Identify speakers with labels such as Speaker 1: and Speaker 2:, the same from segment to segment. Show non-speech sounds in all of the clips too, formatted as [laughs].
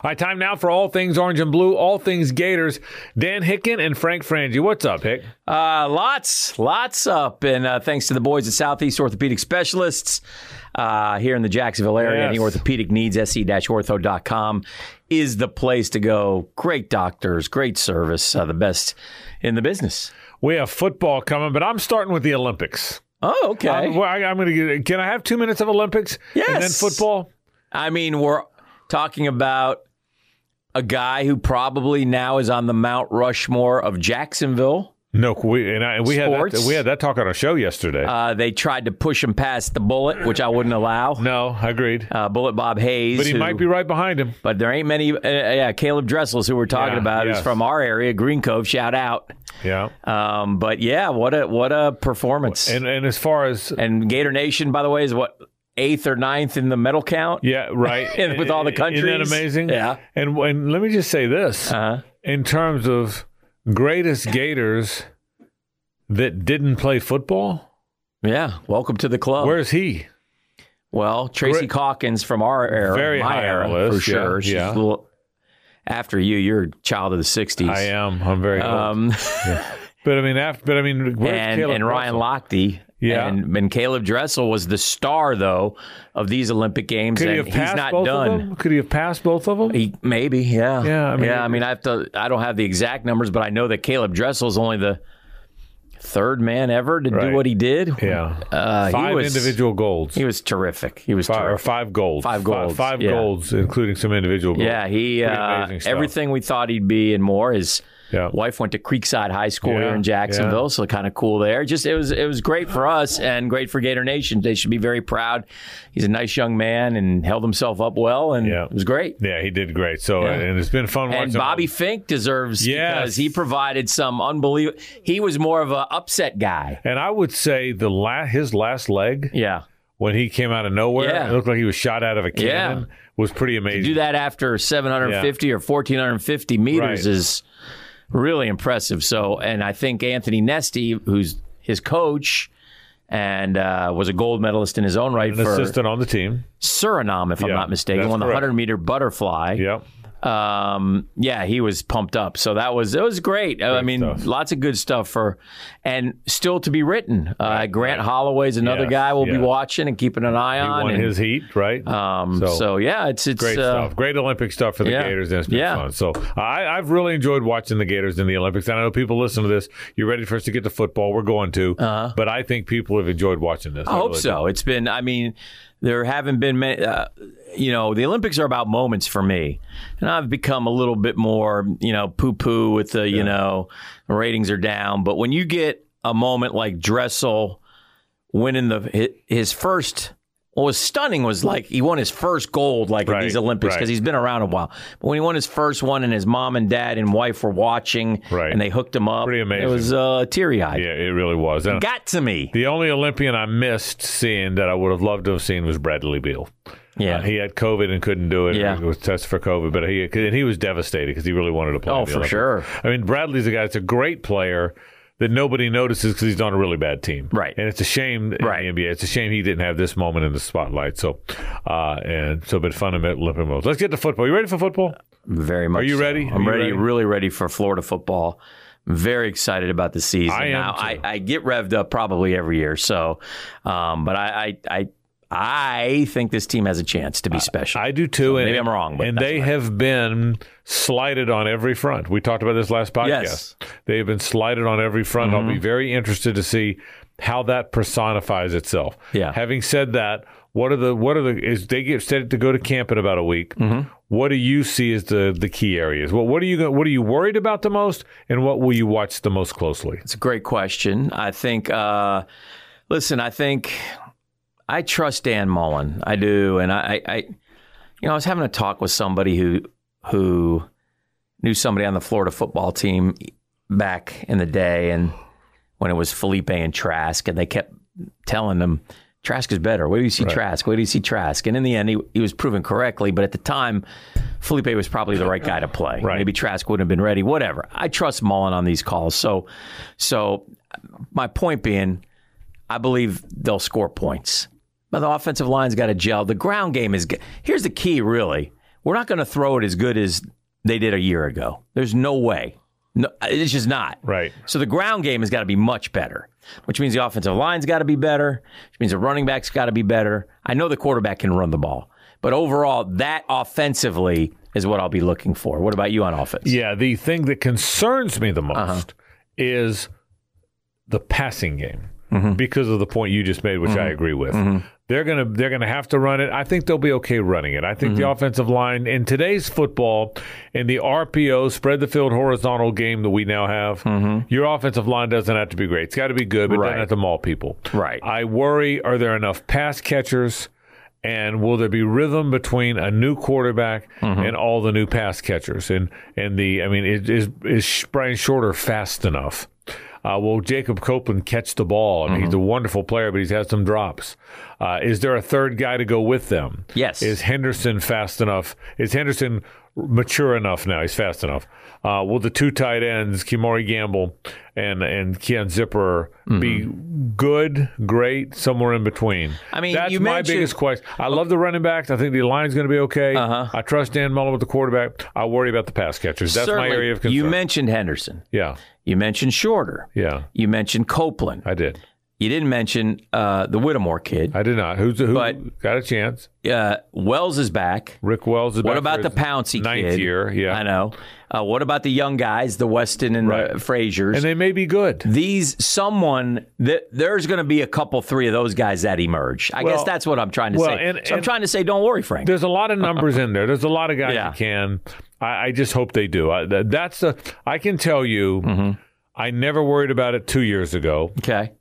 Speaker 1: All right, time now for all things orange and blue, all things Gators. Dan Hicken and Frank Frangie. What's up, Hick?
Speaker 2: Uh, lots, lots up. And uh, thanks to the boys at Southeast Orthopedic Specialists uh, here in the Jacksonville area.
Speaker 1: Yes.
Speaker 2: Any orthopedic needs, E sc-ortho.com is the place to go. Great doctors, great service, uh, the best in the business.
Speaker 1: We have football coming, but I'm starting with the Olympics.
Speaker 2: Oh, okay.
Speaker 1: I'm, well, I, am going to. Can I have two minutes of Olympics? And then
Speaker 2: Yes.
Speaker 1: football.
Speaker 2: I mean, we're talking about a guy who probably now is on the Mount Rushmore of Jacksonville.
Speaker 1: No, we and I, we had that,
Speaker 2: Sports.
Speaker 1: we had that talk on our show yesterday.
Speaker 2: Uh, they tried to push him past the bullet, which I wouldn't allow.
Speaker 1: no, agreed.
Speaker 2: Uh, bullet Bob Hayes.
Speaker 1: But he
Speaker 2: who-
Speaker 1: might be right behind him.
Speaker 2: But there ain't many. Uh, yeah, Caleb Dressels, who we're talking
Speaker 1: Yeah,
Speaker 2: about,
Speaker 1: yes.
Speaker 2: who's from our area, Green Cove. Shout out.
Speaker 1: Yeah.
Speaker 2: Um, but yeah, what a what a performance! And,
Speaker 1: And and as far as
Speaker 2: Gator Nation, by the way, is what eighth or ninth in the medal count.
Speaker 1: [laughs] yeah, right.
Speaker 2: And with all the
Speaker 1: Isn't that
Speaker 2: countries.
Speaker 1: amazing?
Speaker 2: Yeah.
Speaker 1: And and let me just say this
Speaker 2: Uh-huh.
Speaker 1: in terms of greatest Gators that didn't play football.
Speaker 2: Yeah. Welcome to the club.
Speaker 1: Where's he?
Speaker 2: well, Tracy
Speaker 1: Great.
Speaker 2: Calkins from our era,
Speaker 1: Very
Speaker 2: my
Speaker 1: high on
Speaker 2: era
Speaker 1: the list,
Speaker 2: for sure.
Speaker 1: yeah,
Speaker 2: She's
Speaker 1: yeah.
Speaker 2: a little- after you, you're a child of the '60s.
Speaker 1: I am. I'm very. old.
Speaker 2: Um,
Speaker 1: But I mean, after, but I mean, where's
Speaker 2: [laughs] and,
Speaker 1: Caleb
Speaker 2: and Ryan
Speaker 1: Russell?
Speaker 2: Lochte.
Speaker 1: Yeah.
Speaker 2: And, and Caleb Dressel was the star, though, of these Olympic Games.
Speaker 1: Could he
Speaker 2: and
Speaker 1: have
Speaker 2: he's
Speaker 1: passed
Speaker 2: not
Speaker 1: both
Speaker 2: done.
Speaker 1: of them? Could he have passed both of them?
Speaker 2: He, maybe, yeah.
Speaker 1: Yeah, I mean-
Speaker 2: I mean, I have to. I don't have the exact numbers, but I know that Caleb Dressel is only the third man ever to
Speaker 1: Right.
Speaker 2: do what he did.
Speaker 1: yeah,
Speaker 2: uh, he
Speaker 1: five
Speaker 2: was-
Speaker 1: individual golds,
Speaker 2: he was terrific. He was
Speaker 1: five, or
Speaker 2: terrific.
Speaker 1: five golds,
Speaker 2: Five golds,
Speaker 1: five,
Speaker 2: yeah.
Speaker 1: golds, including some individual golds.
Speaker 2: Yeah, he
Speaker 1: Pretty
Speaker 2: uh,
Speaker 1: amazing stuff.
Speaker 2: everything we thought he'd be and more. His
Speaker 1: Yeah.
Speaker 2: wife went to Creekside High School
Speaker 1: Yeah,
Speaker 2: here in Jacksonville, so kind of cool there. Just it was it was great for us and great for Gator Nation. They should be very proud. He's a nice young man and held himself up well, and
Speaker 1: Yeah.
Speaker 2: it was great.
Speaker 1: Yeah, he did great. So,
Speaker 2: Yeah.
Speaker 1: and it's been fun watching.
Speaker 2: And Bobby Fink deserves
Speaker 1: Yes.
Speaker 2: because he provided some unbelievable. He was more of a upset guy.
Speaker 1: And I would say the la- his last leg
Speaker 2: Yeah,
Speaker 1: when he came out of nowhere,
Speaker 2: Yeah.
Speaker 1: it looked like he was shot out of a cannon. Was pretty amazing.
Speaker 2: do that after 750 or 1450 meters
Speaker 1: Right.
Speaker 2: is really impressive. So, and I think Anthony Nesty, who's his coach and uh, was a gold medalist in his own right
Speaker 1: An
Speaker 2: for
Speaker 1: assistant on the team.
Speaker 2: Suriname, if I'm
Speaker 1: Yeah,
Speaker 2: not mistaken,
Speaker 1: that's
Speaker 2: won the
Speaker 1: correct.
Speaker 2: 100 meter butterfly.
Speaker 1: Yep.
Speaker 2: Um, yeah, he was pumped up. So that was it was great. I mean,
Speaker 1: stuff.
Speaker 2: lots of good stuff for, and still to be written. Uh, Grant Holloway's another
Speaker 1: Yes,
Speaker 2: guy we'll
Speaker 1: yes.
Speaker 2: be watching and keeping an eye
Speaker 1: He
Speaker 2: on.
Speaker 1: won
Speaker 2: and,
Speaker 1: his heat, right?
Speaker 2: um, so, yeah, it's it's
Speaker 1: Great
Speaker 2: uh,
Speaker 1: stuff. Great Olympic stuff for the
Speaker 2: yeah.
Speaker 1: Gators, and it's been
Speaker 2: Yeah.
Speaker 1: fun. So I, I've really enjoyed watching the Gators in the Olympics. And I know people listen to this. You're ready for us to get to football. We're going to. Uh-huh. But I think people have enjoyed watching this.
Speaker 2: I hope so. It's been, I mean, there haven't been many, uh, you know, the Olympics are about moments for me. And I've become a little bit more, you know, poo poo with the, you know, ratings are down. But when you get a moment like Dressel winning the hi- his first, what was stunning was like he won his first gold like
Speaker 1: Right,
Speaker 2: at these Olympics
Speaker 1: right.
Speaker 2: because he's been around a while. But when he won his first one and his mom and dad and wife were watching
Speaker 1: Right.
Speaker 2: and they hooked him up,
Speaker 1: Pretty
Speaker 2: It
Speaker 1: amazing.
Speaker 2: was uh, teary eyed.
Speaker 1: Yeah, it really was. And
Speaker 2: Got to me.
Speaker 1: the only Olympian I missed seeing that I would have loved to have seen was Bradley Beal.
Speaker 2: Yeah.
Speaker 1: Uh, he had COVID and couldn't do it.
Speaker 2: Yeah.
Speaker 1: He was tested for COVID, but he and he was devastated because he really wanted to play.
Speaker 2: Oh,
Speaker 1: in the
Speaker 2: for
Speaker 1: Olympics.
Speaker 2: sure.
Speaker 1: I mean, Bradley's a guy that's a great player that nobody notices because he's on a really bad team.
Speaker 2: Right.
Speaker 1: And it's a shame in
Speaker 2: Right.
Speaker 1: the NBA. It's a shame he didn't have this moment in the spotlight. So, uh, and so, but fun at Olympic moments. Let's get to football. You ready for football?
Speaker 2: Very much.
Speaker 1: Are you
Speaker 2: so.
Speaker 1: ready? Are
Speaker 2: I'm
Speaker 1: you
Speaker 2: ready,
Speaker 1: ready?
Speaker 2: really ready for Florida football. Very excited about the season.
Speaker 1: I am
Speaker 2: now,
Speaker 1: too.
Speaker 2: I, I get revved up probably every year. So, um, but I, I, I, I think this team has a chance to be special.
Speaker 1: I do too. and,
Speaker 2: maybe I'm wrong, but
Speaker 1: and
Speaker 2: that's
Speaker 1: they have been slighted on every front. We talked about this last podcast.
Speaker 2: Yes. Mm-hmm.
Speaker 1: They have been slighted on every front. I'll be very interested to see how that personifies itself.
Speaker 2: Yeah.
Speaker 1: Having said that, what are the what are the is they get set to go to camp in about a week?
Speaker 2: Mm-hmm.
Speaker 1: What do you see as the the key areas? What what are you go- what are you worried about the most, and what will you watch the most closely?
Speaker 2: It's a great question. I think, uh, listen, I think I trust Dan Mullen. I do. And I, I, I, you know, I was having a talk with somebody who, who knew somebody on the Florida football team back in the day. And when it was Felipe and Trask, and they kept telling them, Trask is better. Where do you see Trask? Where do you see Trask? And in the end, he, he was proven correctly. But at the time, Felipe was probably the right guy to play.
Speaker 1: Right.
Speaker 2: Maybe Trask wouldn't have been ready. Whatever. I trust Mullen on these calls. So, so my point being, I believe they'll score points. But the offensive line's got to gel. The ground game is. g- Here's the key, really. we're not going to throw it as good as they did a year ago. There's no way. No, it's just not.
Speaker 1: Right.
Speaker 2: So the ground game has got to be much better, which means the offensive line's got to be better, which means the running back's got to be better. I know the quarterback can run the ball, but overall, that offensively is what I'll be looking for. What about you on offense?
Speaker 1: Yeah, the thing that concerns me the most
Speaker 2: Uh-huh.
Speaker 1: is the passing game
Speaker 2: Mm-hmm.
Speaker 1: because of the point you just made, which I agree with. They're gonna they're gonna have to run it. I think they'll be okay running it. I think
Speaker 2: Mm-hmm.
Speaker 1: the offensive line in today's football, in the RPO spread the field horizontal game that we now have, your offensive line doesn't have to be great. It's got to be good, but
Speaker 2: Mm-hmm. Right.
Speaker 1: doesn't have to maul people.
Speaker 2: Right.
Speaker 1: I worry: are there enough pass catchers? and will there be rhythm between a new quarterback and all the new pass catchers? And and the I mean, is is, is Brian Shorter fast enough? Uh, will Jacob Copeland catch the ball? I mean, He's a wonderful player, but he's had some drops. Uh, is there a third guy to go with them?
Speaker 2: Yes.
Speaker 1: Is Henderson fast enough? Is Henderson mature enough now? He's fast enough. Uh, will the two tight ends, Kimori Gamble and and Keon Zipper, be good, great, somewhere in between?
Speaker 2: Mm-hmm. I mean,
Speaker 1: that's
Speaker 2: you
Speaker 1: my
Speaker 2: mentioned-
Speaker 1: biggest question. I love the running backs. I think the line's going to be okay.
Speaker 2: Uh-huh.
Speaker 1: I trust Dan Mullen with the quarterback. I worry about the pass catchers. That's
Speaker 2: Certainly,
Speaker 1: my area of concern.
Speaker 2: You mentioned Henderson.
Speaker 1: yeah,
Speaker 2: You mentioned Shorter.
Speaker 1: yeah,
Speaker 2: You mentioned Copeland.
Speaker 1: I did.
Speaker 2: You didn't mention uh, the Whittemore kid.
Speaker 1: I did not. Who's who
Speaker 2: But-
Speaker 1: got a chance?
Speaker 2: Uh, Wells is back.
Speaker 1: Rick Wells. Is
Speaker 2: What
Speaker 1: back
Speaker 2: about
Speaker 1: for
Speaker 2: the
Speaker 1: his
Speaker 2: Pouncy
Speaker 1: ninth
Speaker 2: kid?
Speaker 1: year? Yeah,
Speaker 2: I know. Uh, what about the young guys, the Weston and
Speaker 1: Right.
Speaker 2: uh, Frazier's?
Speaker 1: and they may be good.
Speaker 2: These someone th- there's going to be a couple, three of those guys that emerge. I
Speaker 1: Well-
Speaker 2: guess that's what I'm trying to
Speaker 1: well,
Speaker 2: say.
Speaker 1: and-
Speaker 2: so I'm
Speaker 1: and-
Speaker 2: trying to say, don't worry, Frank.
Speaker 1: There's a lot
Speaker 2: [laughs]
Speaker 1: of numbers in there. There's a lot of guys
Speaker 2: Yeah.
Speaker 1: who can. I, I just hope they do. I, that, that's the. I can tell you,
Speaker 2: Mm-hmm.
Speaker 1: I never worried about it two years ago,
Speaker 2: Okay,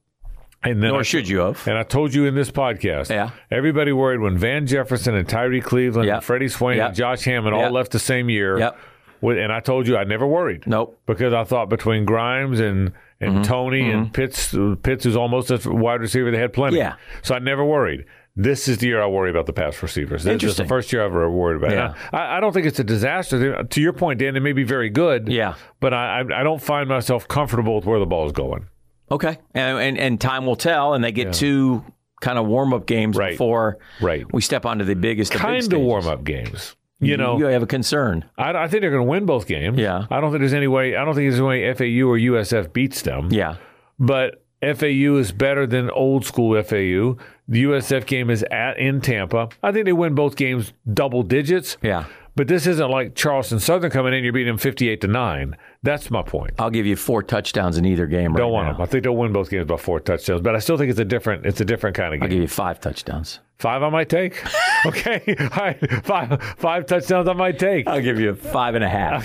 Speaker 1: and then I-
Speaker 2: nor should you have.
Speaker 1: and I told you in this podcast,
Speaker 2: Yeah.
Speaker 1: everybody worried when Van Jefferson and Tyree Cleveland
Speaker 2: Yeah.
Speaker 1: and Freddie Swain
Speaker 2: Yeah.
Speaker 1: and Josh Hammond
Speaker 2: Yeah.
Speaker 1: all left the same year.
Speaker 2: Yep.
Speaker 1: Wh- And I told you I never worried.
Speaker 2: Nope.
Speaker 1: Because I thought between Grimes and, and
Speaker 2: Mm-hmm.
Speaker 1: Tony and Pitts, Pitts who's almost a wide receiver, they had plenty.
Speaker 2: Yeah.
Speaker 1: So I never worried. This is the year I worry about the pass receivers. This is the
Speaker 2: Interesting.
Speaker 1: first year I ever worried about. it.
Speaker 2: Yeah.
Speaker 1: I, I don't think it's a disaster. To your point, Dan, it may be very good.
Speaker 2: Yeah.
Speaker 1: But I, I I don't find myself comfortable with where the ball is going.
Speaker 2: Okay, and and, and time will tell. And they get two kind of warm up games
Speaker 1: Right.
Speaker 2: before
Speaker 1: Right.
Speaker 2: we step onto the biggest of
Speaker 1: Kind of warm up games. You know,
Speaker 2: you have a concern.
Speaker 1: I, I think they're going to win both games.
Speaker 2: Yeah.
Speaker 1: I don't think there's any way. I don't think there's any way FAU or USF beats them.
Speaker 2: Yeah.
Speaker 1: But FAU is better than old school FAU. The USF game is at in Tampa. I think they win both games double digits.
Speaker 2: Yeah.
Speaker 1: But this isn't like Charleston Southern coming in. You're beating them 58 to nine. That's my point.
Speaker 2: I'll give you four touchdowns in either game.
Speaker 1: Don't
Speaker 2: right
Speaker 1: want
Speaker 2: now.
Speaker 1: them. I think they'll win both games by four touchdowns. But I still think it's a different. It's a different kind of
Speaker 2: I'll
Speaker 1: game.
Speaker 2: give you five touchdowns.
Speaker 1: Five I might take. [laughs] okay. All right. Five five touchdowns I might take.
Speaker 2: I'll give you five and a half.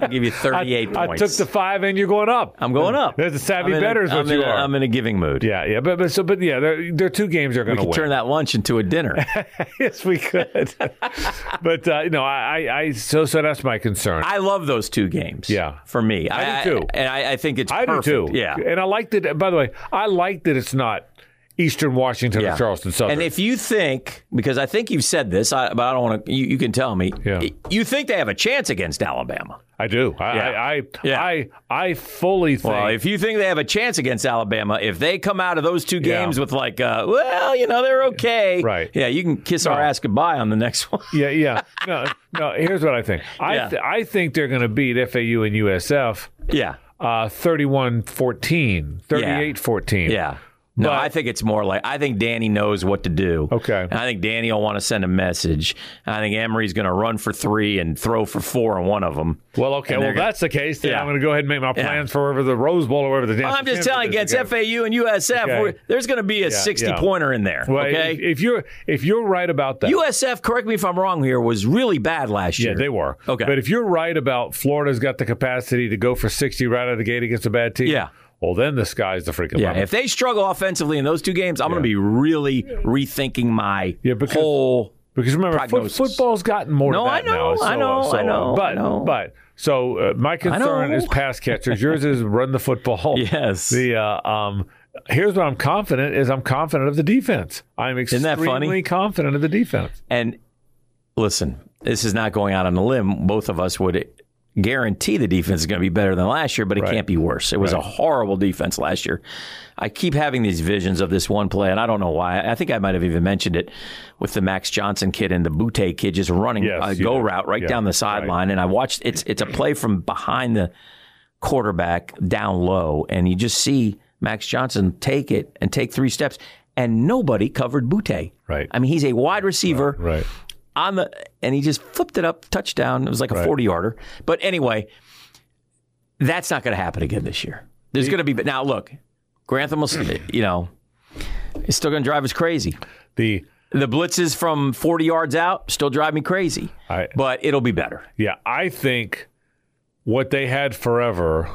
Speaker 2: I'll give you
Speaker 1: [laughs]
Speaker 2: thirty-eight
Speaker 1: I
Speaker 2: points.
Speaker 1: took the five, and you're going up.
Speaker 2: I'm going up.
Speaker 1: There's a savvy
Speaker 2: I'm in
Speaker 1: better is
Speaker 2: I'm
Speaker 1: what you
Speaker 2: in a-
Speaker 1: are.
Speaker 2: I'm in a giving mood.
Speaker 1: yeah, yeah, but, but so but yeah, there, there are two games you're going to
Speaker 2: we could
Speaker 1: win.
Speaker 2: turn that lunch into
Speaker 1: [laughs]
Speaker 2: a dinner.
Speaker 1: yes, we could. [laughs] but uh, you know, I, I, I so so that's my concern. I,
Speaker 2: I love those two games.
Speaker 1: Yeah.
Speaker 2: for me,
Speaker 1: I do too.
Speaker 2: and I, I think it's
Speaker 1: do
Speaker 2: perfect.
Speaker 1: too.
Speaker 2: Yeah,
Speaker 1: and I like that. By the way, I like that it's not Eastern Washington
Speaker 2: yeah.
Speaker 1: or Charleston Southern.
Speaker 2: And if you think, because I think you've said this, I, but I don't want to. You, you can tell me.
Speaker 1: Yeah.
Speaker 2: You think they have a chance against Alabama?
Speaker 1: I do. I
Speaker 2: Yeah.
Speaker 1: I I,
Speaker 2: Yeah.
Speaker 1: I I fully think.
Speaker 2: Well, if you think they have a chance against Alabama, if they come out of those two
Speaker 1: Yeah.
Speaker 2: games with like, uh, well, you know, they're okay.
Speaker 1: Right.
Speaker 2: Yeah, you can kiss our ass goodbye on the next [laughs] one.
Speaker 1: yeah, yeah. No, no. Here's what I think. I
Speaker 2: Yeah.
Speaker 1: th- I think they're going to beat FAU and USF
Speaker 2: yeah.
Speaker 1: uh, 31-14, 38-14.
Speaker 2: Yeah. No,
Speaker 1: But-
Speaker 2: I think it's more like I think Danny knows what to do.
Speaker 1: Okay.
Speaker 2: And I think Danny will want to send a message. And I think Emery's going to run for three and throw for four on one of them.
Speaker 1: Well, okay. Well, that's the case. Then
Speaker 2: Yeah.
Speaker 1: I'm going to go ahead and make my plans for wherever the Rose Bowl or wherever the damn.
Speaker 2: I'm just telling you,
Speaker 1: championship
Speaker 2: against
Speaker 1: is.
Speaker 2: FAU and USF,
Speaker 1: Okay.
Speaker 2: we're- there's going to be a 60
Speaker 1: yeah.
Speaker 2: pointer in there.
Speaker 1: Well,
Speaker 2: okay.
Speaker 1: if, if you're if you're right about that,
Speaker 2: USF, correct me if I'm wrong here, was really bad last
Speaker 1: yeah,
Speaker 2: year.
Speaker 1: they were
Speaker 2: Okay.
Speaker 1: But if you're right about Florida's got the capacity to go for 60 right out of the gate against a bad team,
Speaker 2: Yeah.
Speaker 1: Well, then the sky's the freaking
Speaker 2: yeah,
Speaker 1: limit.
Speaker 2: if they struggle offensively in those two games, I'm going to be really rethinking my
Speaker 1: Yeah, because-
Speaker 2: whole.
Speaker 1: Because remember, foot,
Speaker 2: Prognosis.
Speaker 1: football's gotten more.
Speaker 2: No,
Speaker 1: to
Speaker 2: I
Speaker 1: that
Speaker 2: know,
Speaker 1: now. It's
Speaker 2: I
Speaker 1: so,
Speaker 2: know,
Speaker 1: so,
Speaker 2: I know,
Speaker 1: But
Speaker 2: I know.
Speaker 1: but so uh, my concern
Speaker 2: know.
Speaker 1: is pass catchers. Yours is run the football.
Speaker 2: [laughs] Yes.
Speaker 1: The uh, um, here's what I'm confident is I'm confident of the defense. I'm extremely
Speaker 2: that funny?
Speaker 1: confident of the defense.
Speaker 2: And listen, this is not going out on a limb. Both of us would guarantee the defense is going to be better than last year, but it
Speaker 1: Right.
Speaker 2: can't be worse. It was a horrible defense last year. I keep having these visions of this one play, and I don't know why. I think I might have even mentioned it with the Max Johnson kid and the Butte kid just running
Speaker 1: Yes,
Speaker 2: a
Speaker 1: you
Speaker 2: go
Speaker 1: did.
Speaker 2: route right
Speaker 1: Yeah,
Speaker 2: down the
Speaker 1: right.
Speaker 2: sideline. And I watched it's it's a play from behind the quarterback down low, and you just see Max Johnson take it and take three steps, and nobody covered Butte.
Speaker 1: Right.
Speaker 2: I mean, he's a wide receiver
Speaker 1: Right.
Speaker 2: on the and he just flipped it up, touchdown. It was like a forty yarder. But anyway, that's not going to happen again this year. There's going to be. But now look, Grantham will, [clears throat] s- you know, is still going to drive us crazy.
Speaker 1: The
Speaker 2: The blitzes from forty yards out still drive me crazy.
Speaker 1: I-
Speaker 2: but it'll be better.
Speaker 1: Yeah, I think what they had forever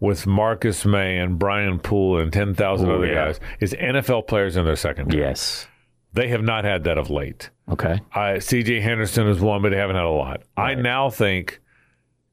Speaker 1: with Marcus May and Brian Poole and 10,000
Speaker 2: Ooh,
Speaker 1: other
Speaker 2: yeah.
Speaker 1: guys is NFL players in their secondary.
Speaker 2: Yes.
Speaker 1: They have not had that of late.
Speaker 2: Okay.
Speaker 1: Uh, CJ Henderson is one, but they haven't had a lot. I now think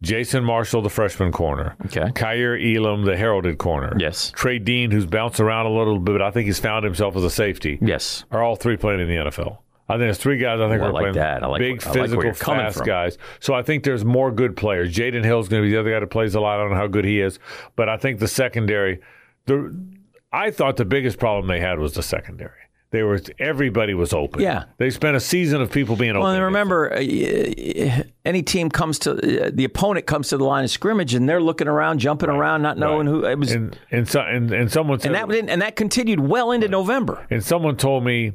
Speaker 1: Jason Marshall, the freshman corner,
Speaker 2: Okay.
Speaker 1: Kyer Elam, the heralded corner,
Speaker 2: Yes.
Speaker 1: Trey Dean, who's bounced around a little bit, but I think he's found himself as a safety
Speaker 2: Yes.
Speaker 1: are all three playing in the NFL. I think there's three guys. I think
Speaker 2: Ooh, I
Speaker 1: are
Speaker 2: like
Speaker 1: playing
Speaker 2: that. I like-
Speaker 1: big
Speaker 2: I like where
Speaker 1: physical,
Speaker 2: you're coming
Speaker 1: fast
Speaker 2: from.
Speaker 1: guys. So I think there's more good players. Jaden Hill's going to be the other guy that plays a lot. I don't know how good he is, but I think the secondary. The I thought the biggest problem they had was the secondary. They were everybody was open.
Speaker 2: Yeah.
Speaker 1: they spent a season of people being
Speaker 2: Well,
Speaker 1: open.
Speaker 2: and remember, uh, y- any team comes to uh, the opponent comes to the line of scrimmage, and they're looking around, jumping around, not knowing who it was, and,
Speaker 1: and and, so, and and someone said
Speaker 2: that didn't, and that continued well into November.
Speaker 1: And someone told me,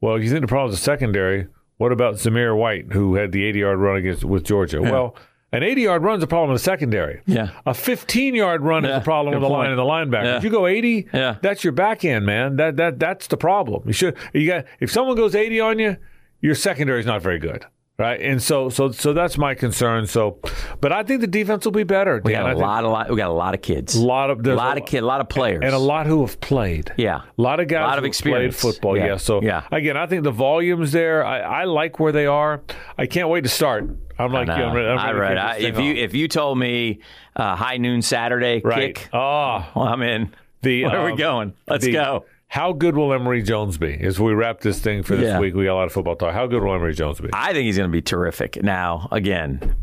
Speaker 1: well, you think the problem is the secondary. What about Zamir White, who had the 80 yard run against with Georgia? Well, an 80 yard run's a problem in the secondary.
Speaker 2: Yeah.
Speaker 1: A 15 yard run
Speaker 2: Yeah,
Speaker 1: is a problem
Speaker 2: good
Speaker 1: with the line
Speaker 2: point.
Speaker 1: of the linebacker.
Speaker 2: Yeah.
Speaker 1: If you go 80,
Speaker 2: Yeah.
Speaker 1: that's your back end, man. That that that's the problem. You should you got if someone goes 80 on you, your secondary is not very good. Right, and so so so that's my concern. So, but I think the defense will be better.
Speaker 2: We got a lot, a lot. We got a lot of kids,
Speaker 1: a lot of
Speaker 2: a
Speaker 1: there's
Speaker 2: lot of kids, a lot of players,
Speaker 1: and a lot who have played.
Speaker 2: Yeah.
Speaker 1: a lot of guys,
Speaker 2: Lot
Speaker 1: who have
Speaker 2: of
Speaker 1: played
Speaker 2: experience.
Speaker 1: football.
Speaker 2: Yeah.
Speaker 1: Yeah. So
Speaker 2: Yeah.
Speaker 1: again, I think the volume's there. I, I like where they are. I can't wait to start. I'm like,
Speaker 2: No,
Speaker 1: yeah, I'm ready, I'm
Speaker 2: I
Speaker 1: ready to
Speaker 2: read.
Speaker 1: kick
Speaker 2: I,
Speaker 1: this
Speaker 2: if
Speaker 1: thing
Speaker 2: you
Speaker 1: off.
Speaker 2: if you told me uh, high noon Saturday
Speaker 1: right,
Speaker 2: kick,
Speaker 1: ah,
Speaker 2: well, I'm in.
Speaker 1: the
Speaker 2: [laughs] Where are we
Speaker 1: um,
Speaker 2: going? Let's
Speaker 1: the-
Speaker 2: go.
Speaker 1: How good will Emory Jones be? As we wrap this thing for this
Speaker 2: Yeah.
Speaker 1: week, we got a lot of football talk. How good will Emory Jones be?
Speaker 2: I think he's going to be terrific. Now, again,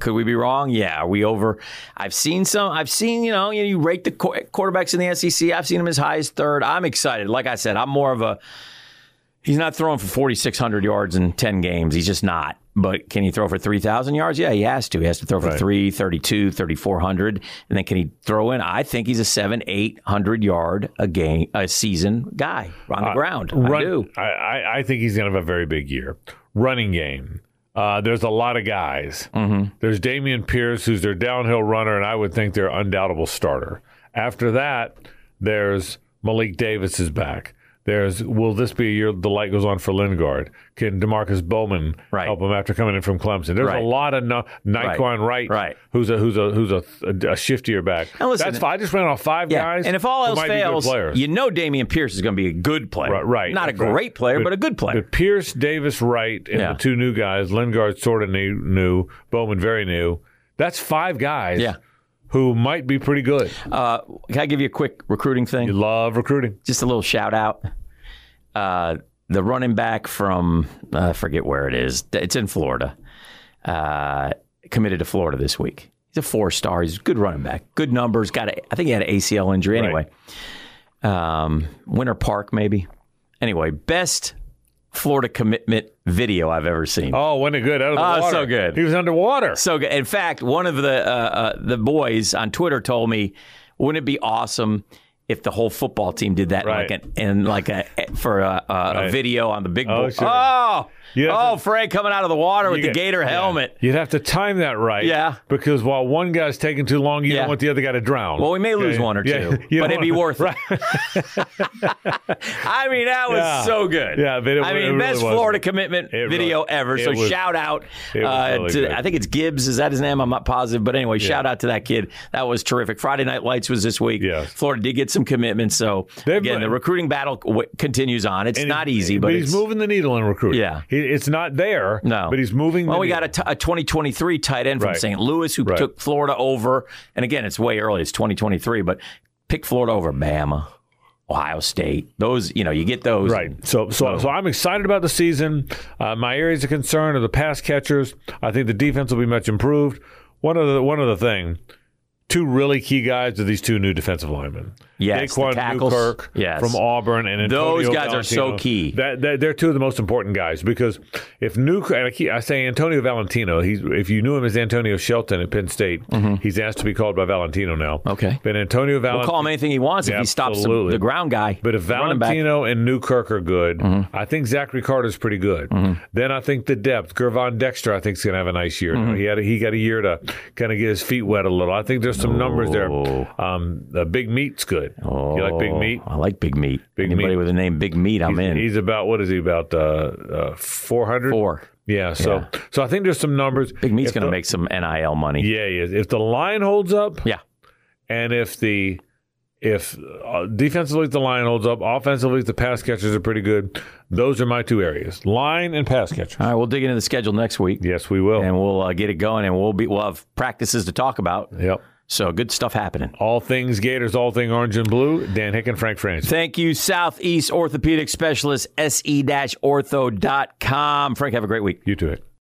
Speaker 2: could we be wrong? Yeah, are we over? I've seen some. I've seen you know you, you rate the qu- quarterbacks in the SEC. I've seen him as high as third. I'm excited. Like I said, I'm more of a. He's not throwing for 4,600 yards in 10 games. He's just not. But can he throw for 3,000 yards? Yeah, he has to. He has to throw for
Speaker 1: Right.
Speaker 2: three, 3,200, 3,400. And then can he throw in? I think he's a seven, 800 yard a game, a season guy on the ground. I
Speaker 1: Uh, Run-
Speaker 2: do.
Speaker 1: I, I, I think he's going to have a very big year. Running game. Uh, there's a lot of guys.
Speaker 2: Mm-hmm.
Speaker 1: There's Damian Pierce, who's their downhill runner, and I would think their undoubtable starter. After that, there's Malik Davis is back. There's will this be a year the light goes on for Lingard? Can Demarcus Bowman
Speaker 2: Right.
Speaker 1: help him after coming in from Clemson? There's
Speaker 2: Right.
Speaker 1: a lot of no, Nyquan Wright,
Speaker 2: Right.
Speaker 1: who's a who's a who's a, a, shiftier back.
Speaker 2: And listen-
Speaker 1: That's fi- I just ran off five
Speaker 2: Yeah,
Speaker 1: guys,
Speaker 2: and if all
Speaker 1: who
Speaker 2: else
Speaker 1: might be good
Speaker 2: fails,
Speaker 1: players.
Speaker 2: you know Damian Pierce is going to be a good player,
Speaker 1: Right, right.
Speaker 2: Not a
Speaker 1: That's right.
Speaker 2: great player, but, a good player.
Speaker 1: But Pierce, Davis, Wright, and
Speaker 2: Yeah.
Speaker 1: the two new guys, Lingard sort of new, new, Bowman very new. That's five guys
Speaker 2: Yeah.
Speaker 1: who might be pretty good.
Speaker 2: Uh, can I give you a quick recruiting thing?
Speaker 1: You love recruiting.
Speaker 2: Just a little shout out. Uh, the running back from uh, I forget where it is. It's in Florida. Uh, committed to Florida this week. He's a four star. He's a good running back. Good numbers. Got a, I think he had an ACL injury anyway. Um, Winter Park maybe. Anyway, best Florida commitment video I've ever seen.
Speaker 1: Oh, wasn't it good? Out of the
Speaker 2: Oh,
Speaker 1: water.
Speaker 2: so good.
Speaker 1: He was underwater.
Speaker 2: So good. In fact, one of the uh, uh, the boys on Twitter told me, "Wouldn't it be awesome if the whole football team did that
Speaker 1: Right.
Speaker 2: like an, in like a for a, a, a video on the big
Speaker 1: Oh,
Speaker 2: boy?"
Speaker 1: sure.
Speaker 2: Oh,
Speaker 1: You have
Speaker 2: oh, Frank coming out of the water with
Speaker 1: You
Speaker 2: the
Speaker 1: get-
Speaker 2: gator
Speaker 1: yeah.
Speaker 2: helmet.
Speaker 1: You'd have to time that right.
Speaker 2: Yeah.
Speaker 1: Because while one guy's taking too long, you
Speaker 2: Yeah.
Speaker 1: don't want the other guy to drown.
Speaker 2: Well, we may lose
Speaker 1: Yeah,
Speaker 2: one or two,
Speaker 1: yeah. [laughs] You
Speaker 2: but
Speaker 1: don't
Speaker 2: it'd be
Speaker 1: wanna-
Speaker 2: worth it. I mean, that was
Speaker 1: Yeah.
Speaker 2: so good.
Speaker 1: Yeah, but it-
Speaker 2: I mean,
Speaker 1: it really
Speaker 2: best
Speaker 1: was.
Speaker 2: Florida commitment
Speaker 1: It
Speaker 2: video
Speaker 1: really-
Speaker 2: ever.
Speaker 1: it
Speaker 2: So
Speaker 1: was-
Speaker 2: shout out
Speaker 1: it was
Speaker 2: uh,
Speaker 1: really
Speaker 2: to
Speaker 1: good.
Speaker 2: I think it's Gibbs. Is that his name? I'm not positive, but anyway, shout out to that kid. That was terrific. Friday Night Lights was this week.
Speaker 1: Yes.
Speaker 2: Florida did get some commitments. So
Speaker 1: They've-
Speaker 2: again, the recruiting battle w- continues on. It's
Speaker 1: And
Speaker 2: not
Speaker 1: he's-
Speaker 2: easy, but,
Speaker 1: he's
Speaker 2: it's,
Speaker 1: moving the needle in recruiting.
Speaker 2: Yeah.
Speaker 1: He, it's not there.
Speaker 2: No.
Speaker 1: But he's moving the
Speaker 2: Well, we
Speaker 1: needle.
Speaker 2: got a, t- a 2023 tight end from
Speaker 1: Right.
Speaker 2: St. Louis who
Speaker 1: Right.
Speaker 2: took Florida over. And again, it's way early. It's 2023, but pick Florida over Bama, Ohio State. Those, you know, you get those.
Speaker 1: Right. So so so I'm excited about the season. Uh, my areas of concern are the pass catchers. I think the defense will be much improved. One of the one of the thing, two really key guys are these two new defensive linemen.
Speaker 2: Yes, the
Speaker 1: Daquan
Speaker 2: tackles.
Speaker 1: Newkirk
Speaker 2: Yes.
Speaker 1: from Auburn and Antonio
Speaker 2: Those guys are so
Speaker 1: Valentino.
Speaker 2: key.
Speaker 1: That, that- they're two of the most important guys because if Newkirk and I, keep, I say Antonio Valentino, he's if you knew him as Antonio Shelton at Penn State, he's asked to be called by Valentino now.
Speaker 2: Mm-hmm. Okay.
Speaker 1: but Antonio Valentino.
Speaker 2: We'll call him anything he wants if he stops the,
Speaker 1: Absolutely.
Speaker 2: the ground guy.
Speaker 1: But if
Speaker 2: running back. Mm-hmm.
Speaker 1: Valentino and Newkirk are good, I think Zachary Carter's pretty good. Then I think the depth, Gervon Dexter, I think is going to have a nice year.
Speaker 2: Mm-hmm.
Speaker 1: He had a, he got a year to kind of get his feet wet a little. I think there's some numbers there. Um, the big meat's good. You like big
Speaker 2: Oh,
Speaker 1: meat?
Speaker 2: I like Big Meat.
Speaker 1: Big
Speaker 2: Anybody
Speaker 1: Meat.
Speaker 2: with the name Big Meat, I'm in.
Speaker 1: He's about what is he about? Uh, uh, four hundred.
Speaker 2: Four.
Speaker 1: Yeah. So so I think there's some numbers.
Speaker 2: Big Meat's
Speaker 1: If
Speaker 2: going to
Speaker 1: the-
Speaker 2: make some NIL money.
Speaker 1: Yeah, he is. If the line holds up,
Speaker 2: Yeah.
Speaker 1: and if the if uh, defensively the line holds up, offensively the pass catchers are pretty good. Those are my two areas: line and pass catcher.
Speaker 2: All right, we'll dig into the schedule next week,
Speaker 1: Yes, we will.
Speaker 2: and we'll uh, get it going, and we'll be we'll have practices to talk about.
Speaker 1: Yep.
Speaker 2: So good stuff happening.
Speaker 1: All things Gators, all thing orange and blue. Dan Hick and Frank France.
Speaker 2: Thank you, E Southeast Orthopedic Specialist, se-ortho.com. Frank, have a great week.
Speaker 1: You do it.